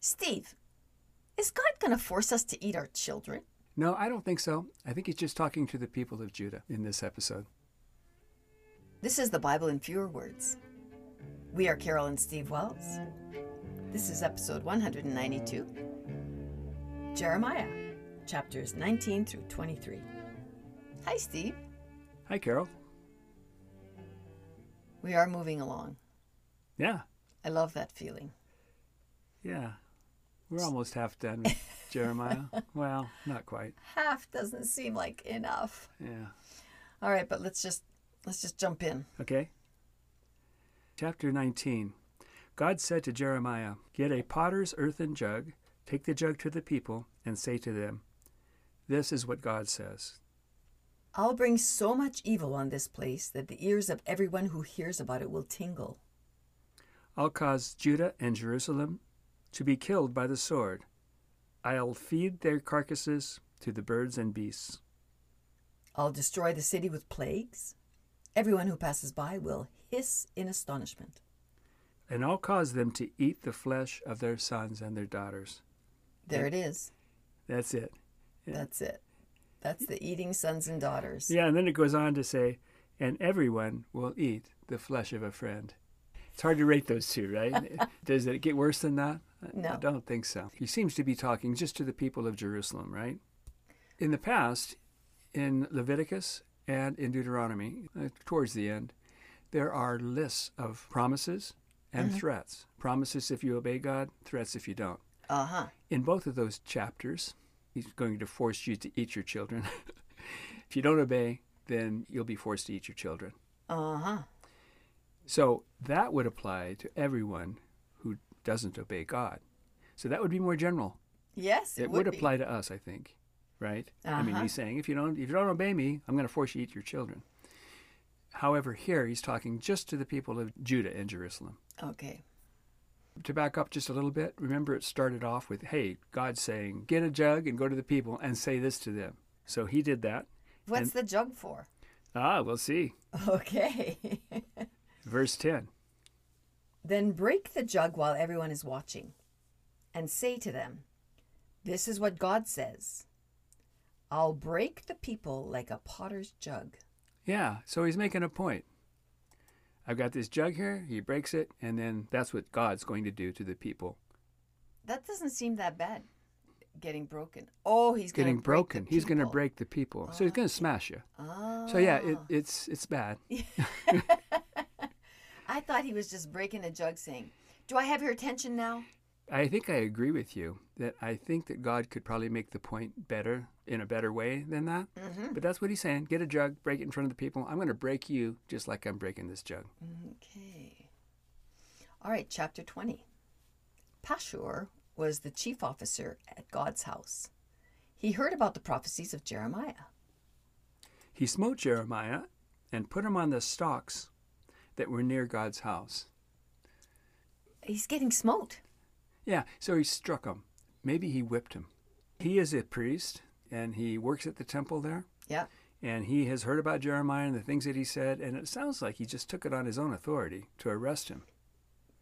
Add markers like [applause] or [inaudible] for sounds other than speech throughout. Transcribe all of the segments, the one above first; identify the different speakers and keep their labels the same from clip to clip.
Speaker 1: Steve, is God going to force us to eat our children?
Speaker 2: No, I don't think so. I think he's just talking to the people of Judah in this episode.
Speaker 1: This is the Bible in fewer words. We are Carol and Steve Wells. This is episode 192 Jeremiah, chapters 19 through 23. Hi, Steve.
Speaker 2: Hi, Carol.
Speaker 1: We are moving along.
Speaker 2: Yeah,
Speaker 1: I love that feeling.
Speaker 2: yeah. We're almost half done with Jeremiah. Well, not quite.
Speaker 1: Half doesn't seem like enough.
Speaker 2: Yeah.
Speaker 1: All right, but let's just let's just jump in.
Speaker 2: Okay. Chapter 19 God said to Jeremiah, Get a potter's earthen jug, take the jug to the people, and say to them, This is what God says.
Speaker 1: I'll bring so much evil on this place that the ears of everyone who hears about it will tingle.
Speaker 2: I'll cause Judah and Jerusalem to be killed by the sword. I'll feed their carcasses to the birds and beasts.
Speaker 1: I'll destroy the city with plagues. Everyone who passes by will hiss in astonishment.
Speaker 2: And I'll cause them to eat the flesh of their sons and their daughters.
Speaker 1: There it is.
Speaker 2: That's it. Yeah.
Speaker 1: That's it. That's the eating sons and daughters.
Speaker 2: Yeah, and then it goes on to say, and everyone will eat the flesh of a friend. It's hard to rate those two, right?
Speaker 1: [laughs]
Speaker 2: Does it get worse than that? I- I
Speaker 1: No.
Speaker 2: don't think so. He seems to be talking just to the people of Jerusalem, right? In the past, in Leviticus and in Deuteronomy, uh, towards the end, there are lists of promises and
Speaker 1: Mm-hmm.
Speaker 2: threats. Promises if you obey God, threats if you don't.
Speaker 1: Uh huh.
Speaker 2: In both of those chapters, he's going to force you to eat your children. [laughs] if you don't obey, then you'll be forced to eat your children.
Speaker 1: Uh huh.
Speaker 2: So that would apply to everyone who doesn't obey God. So that would be more general.
Speaker 1: Yes,
Speaker 2: It,
Speaker 1: it,
Speaker 2: would,
Speaker 1: be.
Speaker 2: apply to us, I think, right? I mean,
Speaker 1: Uh-huh.
Speaker 2: he's saying if you don't if you don't obey me, I'm going to force you to eat your children. However, here he's talking just to the people of Judah and Jerusalem.
Speaker 1: Okay.
Speaker 2: To back up just a little bit, remember it started off with, "Hey, God saying, get a jug and go to the people and say this to them." So he did that.
Speaker 1: What's the jug for? [laughs]
Speaker 2: Ah, we'll see.
Speaker 1: Okay. [laughs]
Speaker 2: Verse 10.
Speaker 1: then break the jug while everyone is watching and say to them, This is what God says I'll break the people like a potter's jug.
Speaker 2: Yeah, so he's making a point. I've got this jug here, he breaks it, and then that's what God's going to do to the people.
Speaker 1: That doesn't seem that bad. Getting broken. Oh, he's
Speaker 2: He's getting
Speaker 1: gonna break the
Speaker 2: broken. He's going to
Speaker 1: people.
Speaker 2: break the people. so he's going to smash you. So yeah, it,
Speaker 1: Ah.
Speaker 2: it's it's bad.
Speaker 1: [laughs] I thought he was just breaking the jug saying, Do I have your attention now?
Speaker 2: I think I agree with you that I think that God could probably make the point better in a better way than that. But that's what he's saying. Get a jug, break it in front of the people. I'm going to break you just like I'm breaking this jug.
Speaker 1: Okay. All right, chapter 20. Pashur was the chief officer at God's house. He heard about the prophecies of Jeremiah.
Speaker 2: He smote Jeremiah and put him on the stalks that were near God's house.
Speaker 1: He's getting smote.
Speaker 2: Yeah, so he struck him. Maybe he whipped him. He is a priest and he works at the temple there.
Speaker 1: Yeah.
Speaker 2: And he has heard about Jeremiah and the things that he said. And it sounds like he just took it on his own authority to arrest him.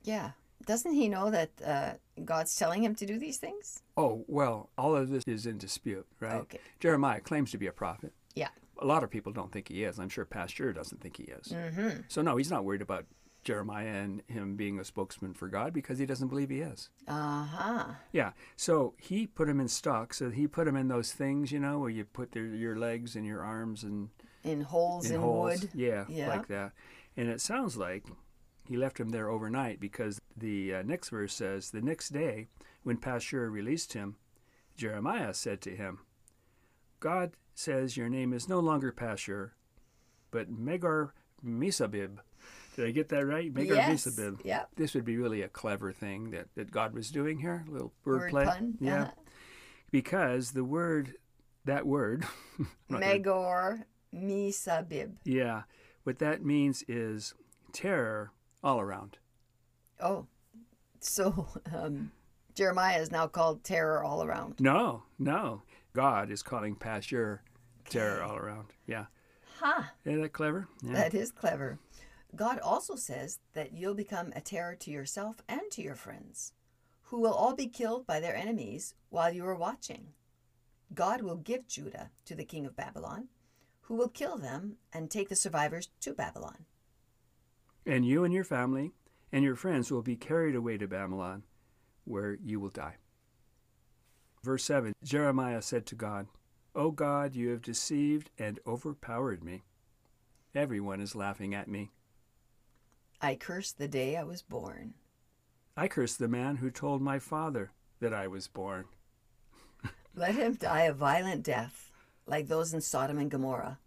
Speaker 1: Yeah. Doesn't he know that uh, God's telling him to do these things?
Speaker 2: Oh, well, all of this is in dispute, right?
Speaker 1: Okay.
Speaker 2: Jeremiah claims to be a prophet.
Speaker 1: Yeah.
Speaker 2: A lot of people don't think he is. I'm sure Pasteur doesn't think he is.
Speaker 1: Mm-hmm.
Speaker 2: So, no, he's not worried about Jeremiah and him being a spokesman for God because he doesn't believe he is.
Speaker 1: Uh-huh.
Speaker 2: Yeah. So he put him in stocks. So he put him in those things, you know, where you put their, your legs and your arms and
Speaker 1: In holes in,
Speaker 2: holes.
Speaker 1: wood.
Speaker 2: Yeah,
Speaker 1: Yeah.
Speaker 2: like that. And it sounds like he left him there overnight because the uh, next verse says, The next day, when Pashur released him, Jeremiah said to him, God says your name is no longer Pashur, but Megar Misabib. Did I get that right? Megar
Speaker 1: Yes.
Speaker 2: Misabib.
Speaker 1: Yep.
Speaker 2: This would be really a clever thing that, that God was doing here, a little wordplay.
Speaker 1: Word pun.
Speaker 2: Yeah.
Speaker 1: Uh-huh.
Speaker 2: Because the word, that word, [laughs] I'm not gonna
Speaker 1: Megor Misabib.
Speaker 2: yeah. What that means is terror all around.
Speaker 1: Oh, so [laughs] um, Jeremiah is now called terror all around.
Speaker 2: No, no. God is calling Pasteur terror all around. Yeah.
Speaker 1: Ha!
Speaker 2: Isn't that clever? Yeah.
Speaker 1: That is clever. God also says that you'll become a terror to yourself and to your friends. who will all be killed by their enemies while you are watching. God will give Judah to the king of Babylon, who will kill them and take the survivors to Babylon.
Speaker 2: And you and your family and your friends will be carried away to Babylon, where you will die. Verse 7 Jeremiah said to God, O God, you have deceived and overpowered me. Everyone is laughing at me.
Speaker 1: I curse the day I was born.
Speaker 2: I curse the man who told my father that I was born.
Speaker 1: Let him die a violent death, like those in Sodom and Gomorrah,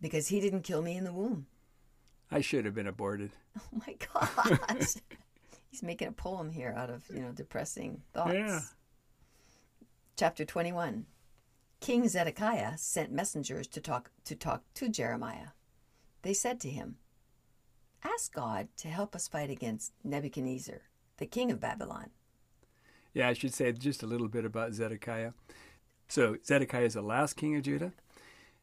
Speaker 1: because he didn't kill me in the womb. [laughs]
Speaker 2: I should have been aborted.
Speaker 1: Oh my gosh. He's making a poem here out of, you know, depressing thoughts.
Speaker 2: Yeah.
Speaker 1: Chapter 21. King Zedekiah sent messengers to talk to talk to Jeremiah. They said to him, "Ask God to help us fight against Nebuchadnezzar, the king of Babylon."
Speaker 2: Yeah, I should say just a little bit about Zedekiah. So, Zedekiah is the last king of Judah.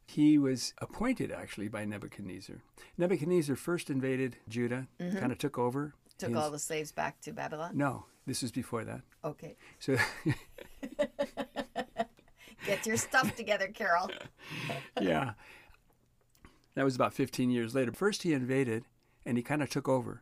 Speaker 2: He was appointed actually by Nebuchadnezzar. Nebuchadnezzar first invaded Judah, kind of took over.
Speaker 1: Took
Speaker 2: His-
Speaker 1: all the slaves back to Babylon.
Speaker 2: No, this was before that.
Speaker 1: Okay.
Speaker 2: So,
Speaker 1: Get your stuff together, Carol.
Speaker 2: yeah. That was about 15 years later. First, he invaded and he kind of took over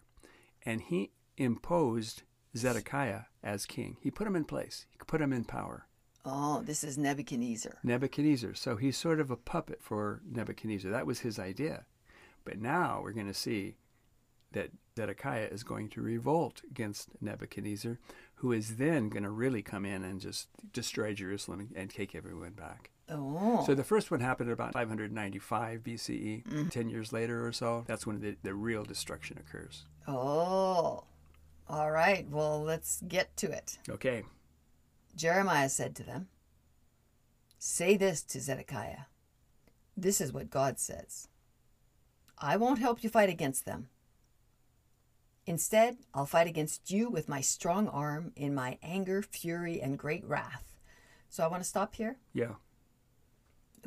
Speaker 2: and he imposed Zedekiah as king. He put him in place, he put him in power.
Speaker 1: Oh, this is Nebuchadnezzar.
Speaker 2: Nebuchadnezzar. So he's sort of a puppet for Nebuchadnezzar. That was his idea. But now we're going to see that Zedekiah is going to revolt against Nebuchadnezzar, who is then going to really come in and just destroy Jerusalem and take everyone back.
Speaker 1: Oh.
Speaker 2: So the first one happened about 595 BCE, 10 E, years later or so. That's when the, the real destruction occurs.
Speaker 1: oh. All right. Well, let's get to it.
Speaker 2: Okay.
Speaker 1: Jeremiah said to them, Say this to Zedekiah. This is what God says I won't help you fight against them. Instead, I'll fight against you with my strong arm in my anger, fury, and great wrath. So I want to stop here.
Speaker 2: Yeah.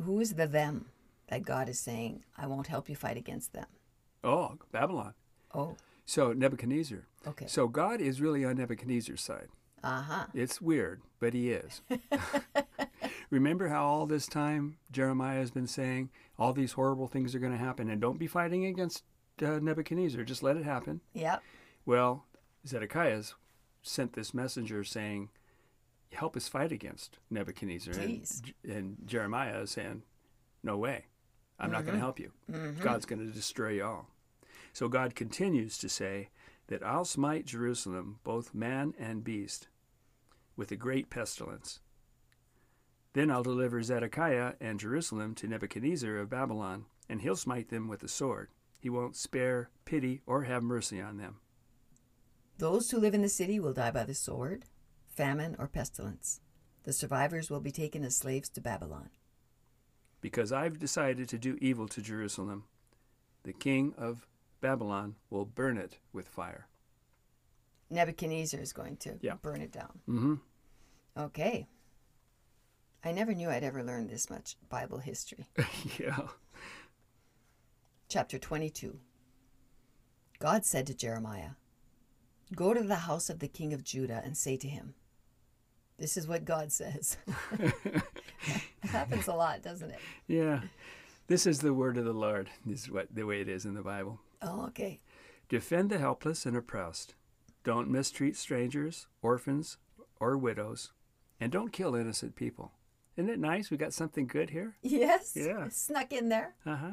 Speaker 1: Who is the them that God is saying, I won't help you fight against them?
Speaker 2: Oh, Babylon.
Speaker 1: Oh,
Speaker 2: So Nebuchadnezzar.
Speaker 1: okay.
Speaker 2: So God is really on Nebuchadnezzar's side.
Speaker 1: Uh huh.
Speaker 2: It's weird, but he is. Remember how all this time Jeremiah has been saying all these horrible things are going to happen and don't be fighting against uh, Nebuchadnezzar, just let it happen.
Speaker 1: Yep.
Speaker 2: Well, Zedekiah's sent this messenger saying, "Help us fight against Nebuchadnezzar."
Speaker 1: Please.
Speaker 2: And, and Jeremiah is saying, "No way, I'm not going to help you.
Speaker 1: Mm-hmm.
Speaker 2: God's going to destroy you all." So God continues to say that I'll smite Jerusalem, both man and beast, with a great pestilence. Then I'll deliver Zedekiah and Jerusalem to Nebuchadnezzar of Babylon, and he'll smite them with the sword. He won't spare, pity, or have mercy on them.
Speaker 1: Those who live in the city will die by the sword, famine, or pestilence. The survivors will be taken as slaves to Babylon.
Speaker 2: because I've decided to do evil to Jerusalem. The king of Babylon will burn it with fire.
Speaker 1: Nebuchadnezzar is going to
Speaker 2: Yeah.
Speaker 1: burn it down.
Speaker 2: Mm-hmm. [laughs]
Speaker 1: Okay. I never knew I'd ever learn this much Bible history.
Speaker 2: yeah.
Speaker 1: Chapter 22 God said to Jeremiah, Go to the house of the king of Judah and say to him, This is what God says. [laughs] it happens a lot, doesn't it?
Speaker 2: Yeah. This is the word of the Lord, is what the way it is in the Bible.
Speaker 1: Oh, okay.
Speaker 2: Defend the helpless and oppressed. Don't mistreat strangers, orphans, or widows, and don't kill innocent people. Isn't it nice? We got something good here.
Speaker 1: Yes.
Speaker 2: Yeah.
Speaker 1: it Snuck in there.
Speaker 2: Uh huh.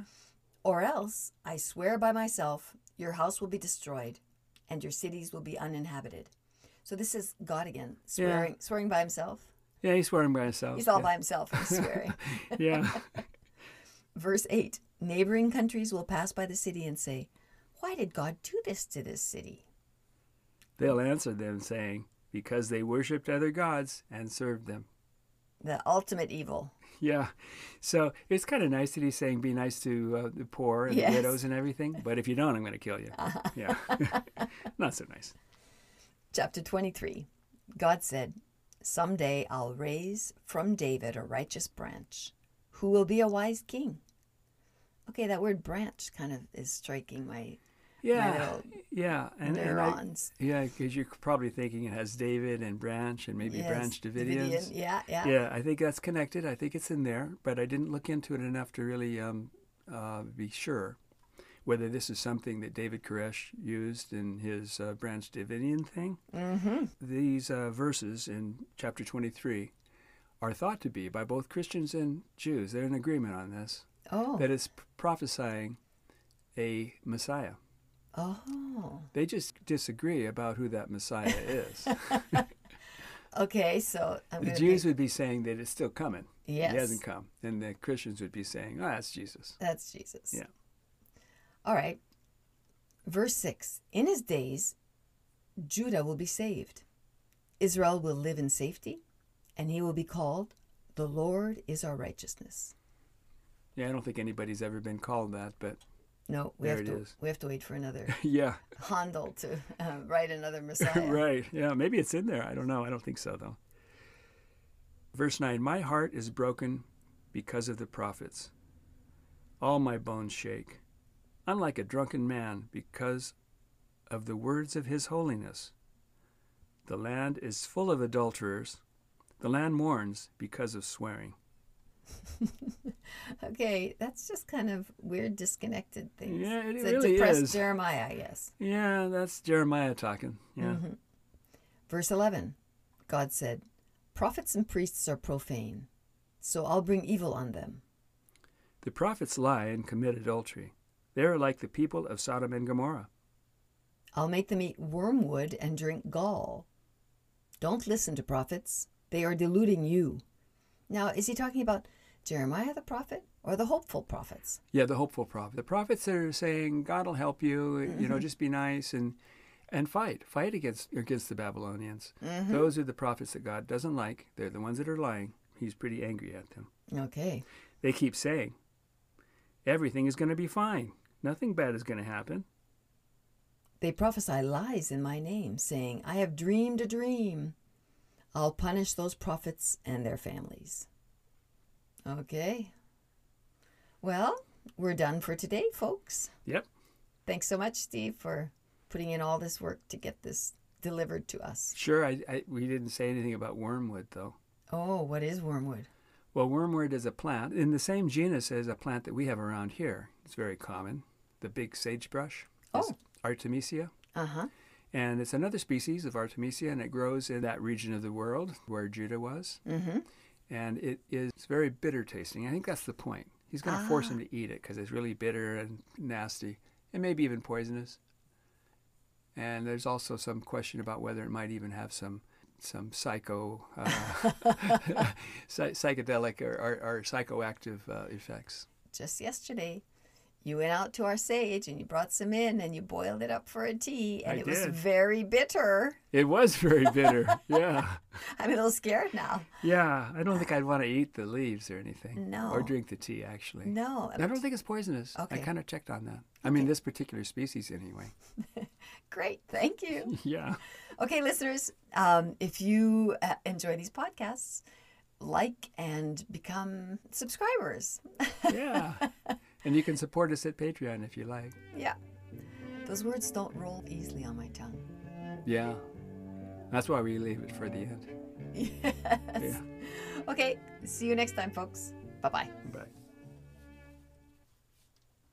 Speaker 1: Or else, I swear by myself, your house will be destroyed and your cities will be uninhabited. So this is God again, swearing swearing by himself.
Speaker 2: Yeah, he's swearing by himself.
Speaker 1: He's all by himself he's swearing.
Speaker 2: [laughs] yeah.
Speaker 1: Verse 8 Neighboring countries will pass by the city and say, Why did God do this to this city?
Speaker 2: [laughs] They'll answer them, saying, Because they worshipped other gods and served them.
Speaker 1: The ultimate evil.
Speaker 2: Yeah. So it's kind of nice that he's saying be nice to uh, the poor and
Speaker 1: Yes.
Speaker 2: the widows and everything. But if you don't, I'm going to
Speaker 1: [laughs]
Speaker 2: kill you. Yeah. [laughs] Not so nice.
Speaker 1: Chapter 23 God said, Someday I'll raise from David a righteous branch who will be a wise king. Okay, that word branch kind of is striking my
Speaker 2: Yeah,
Speaker 1: little
Speaker 2: yeah, and, and I,
Speaker 1: neurons.
Speaker 2: yeah, because you're probably thinking it has David and Branch and maybe
Speaker 1: Yes,
Speaker 2: Branch
Speaker 1: Davidian,
Speaker 2: Davidians.
Speaker 1: Yeah, yeah,
Speaker 2: Yeah, I think that's connected. I think it's in there, but I didn't look into it enough to really um, uh, be sure whether this is something that David Koresh used in his uh, Branch Davidian thing.
Speaker 1: Mm-hmm.
Speaker 2: These uh, verses in chapter 23 are thought to be by both Christians and Jews. They're in agreement on this
Speaker 1: Oh,
Speaker 2: that it's prophesying a Messiah.
Speaker 1: oh.
Speaker 2: They just disagree about who that Messiah is.
Speaker 1: Okay, so I'm
Speaker 2: the
Speaker 1: gonna
Speaker 2: Jews
Speaker 1: pick-
Speaker 2: would be saying that it's still coming.
Speaker 1: yes,
Speaker 2: He hasn't come. And the Christians would be saying, oh, that's Jesus.
Speaker 1: that's Jesus.
Speaker 2: Yeah.
Speaker 1: All right. Verse six: In his days, Judah will be saved, Israel will live in safety, and he will be called, "The Lord is our righteousness."
Speaker 2: Yeah, I don't think anybody's ever been called that, but [laughs]
Speaker 1: No, we
Speaker 2: There
Speaker 1: have
Speaker 2: it
Speaker 1: to
Speaker 2: is.
Speaker 1: we have to wait for another
Speaker 2: [laughs] yeah,
Speaker 1: Handel to uh, write
Speaker 2: [laughs]
Speaker 1: another [laughs] Messiah.
Speaker 2: right. Yeah, maybe it's in there. I don't know. I don't think so, though. Verse 9 My heart is broken because of the prophets. All my bones shake. I'm like a drunken man because of the words of his holiness. The land is full of adulterers. The land mourns because of swearing.
Speaker 1: Okay, that's just kind of weird, disconnected things.
Speaker 2: Yeah, it
Speaker 1: it's a
Speaker 2: really
Speaker 1: depressed
Speaker 2: is.
Speaker 1: Jeremiah, yes.
Speaker 2: Yeah, that's Jeremiah talking. Yeah.
Speaker 1: Mm-hmm. Verse 11 God said, Prophets and priests are profane, so I'll bring evil on them.
Speaker 2: The prophets lie and commit adultery. They are like the people of Sodom and Gomorrah.
Speaker 1: I'll make them eat wormwood and drink gall. Don't listen to prophets, they are deluding you. Now, is he talking about Jeremiah the prophet or the hopeful prophets?
Speaker 2: Yeah, the hopeful prophet. The prophets that are saying God will help you. You know, just be nice and and fight, fight against against the Babylonians.
Speaker 1: Mm-hmm.
Speaker 2: Those are the prophets that God doesn't like. They're the ones that are lying. He's pretty angry at them.
Speaker 1: Okay.
Speaker 2: They keep saying everything is going to be fine. Nothing bad is going to happen.
Speaker 1: They prophesy lies in my name, saying, I have dreamed a dream. I'll punish those prophets and their families. Okay. Well, we're done for today, folks.
Speaker 2: Yep.
Speaker 1: Thanks so much, Steve, for putting in all this work to get this delivered to us.
Speaker 2: Sure. I, I we didn't say anything about wormwood though.
Speaker 1: Oh, what is wormwood?
Speaker 2: Well, wormwood is a plant in the same genus as a plant that we have around here. It's very common. The big sagebrush. is
Speaker 1: Oh.
Speaker 2: Artemisia.
Speaker 1: Uh huh.
Speaker 2: And it's another species of Artemisia, and it grows in that region of the world where Judah was.
Speaker 1: Mm-hmm.
Speaker 2: And it is very bitter tasting. I think that's the point. He's going to force him to eat it because it's really bitter and nasty, and maybe even poisonous. And there's also some question about whether it might even have some some psycho uh, [laughs] psy- psychedelic or, or, or psychoactive uh, effects.
Speaker 1: Just yesterday, you went out to our sage and you brought some in and you boiled it up for a tea, and
Speaker 2: I
Speaker 1: it was
Speaker 2: did.
Speaker 1: very bitter.
Speaker 2: It was very bitter. [laughs] yeah.
Speaker 1: I'm a little scared now.
Speaker 2: Yeah, I don't think I'd want to eat the leaves or anything.
Speaker 1: No.
Speaker 2: Or drink the tea, actually.
Speaker 1: No,
Speaker 2: And I don't think it's poisonous. I
Speaker 1: Okay.
Speaker 2: kind of checked on that. I mean, this particular species,
Speaker 1: [laughs]
Speaker 2: anyway.
Speaker 1: Great, thank
Speaker 2: [laughs]
Speaker 1: you.
Speaker 2: Yeah.
Speaker 1: Okay, listeners, um, if you uh, enjoy these podcasts, like and become subscribers.
Speaker 2: Yeah. and you can support us at Patreon if you like.
Speaker 1: yeah, those words don't roll easily on my tongue. [laughs]
Speaker 2: Yeah. That's why we leave it for the end.
Speaker 1: Yes.
Speaker 2: Yeah.
Speaker 1: Okay, see you next time, folks. Bye bye.
Speaker 2: Bye.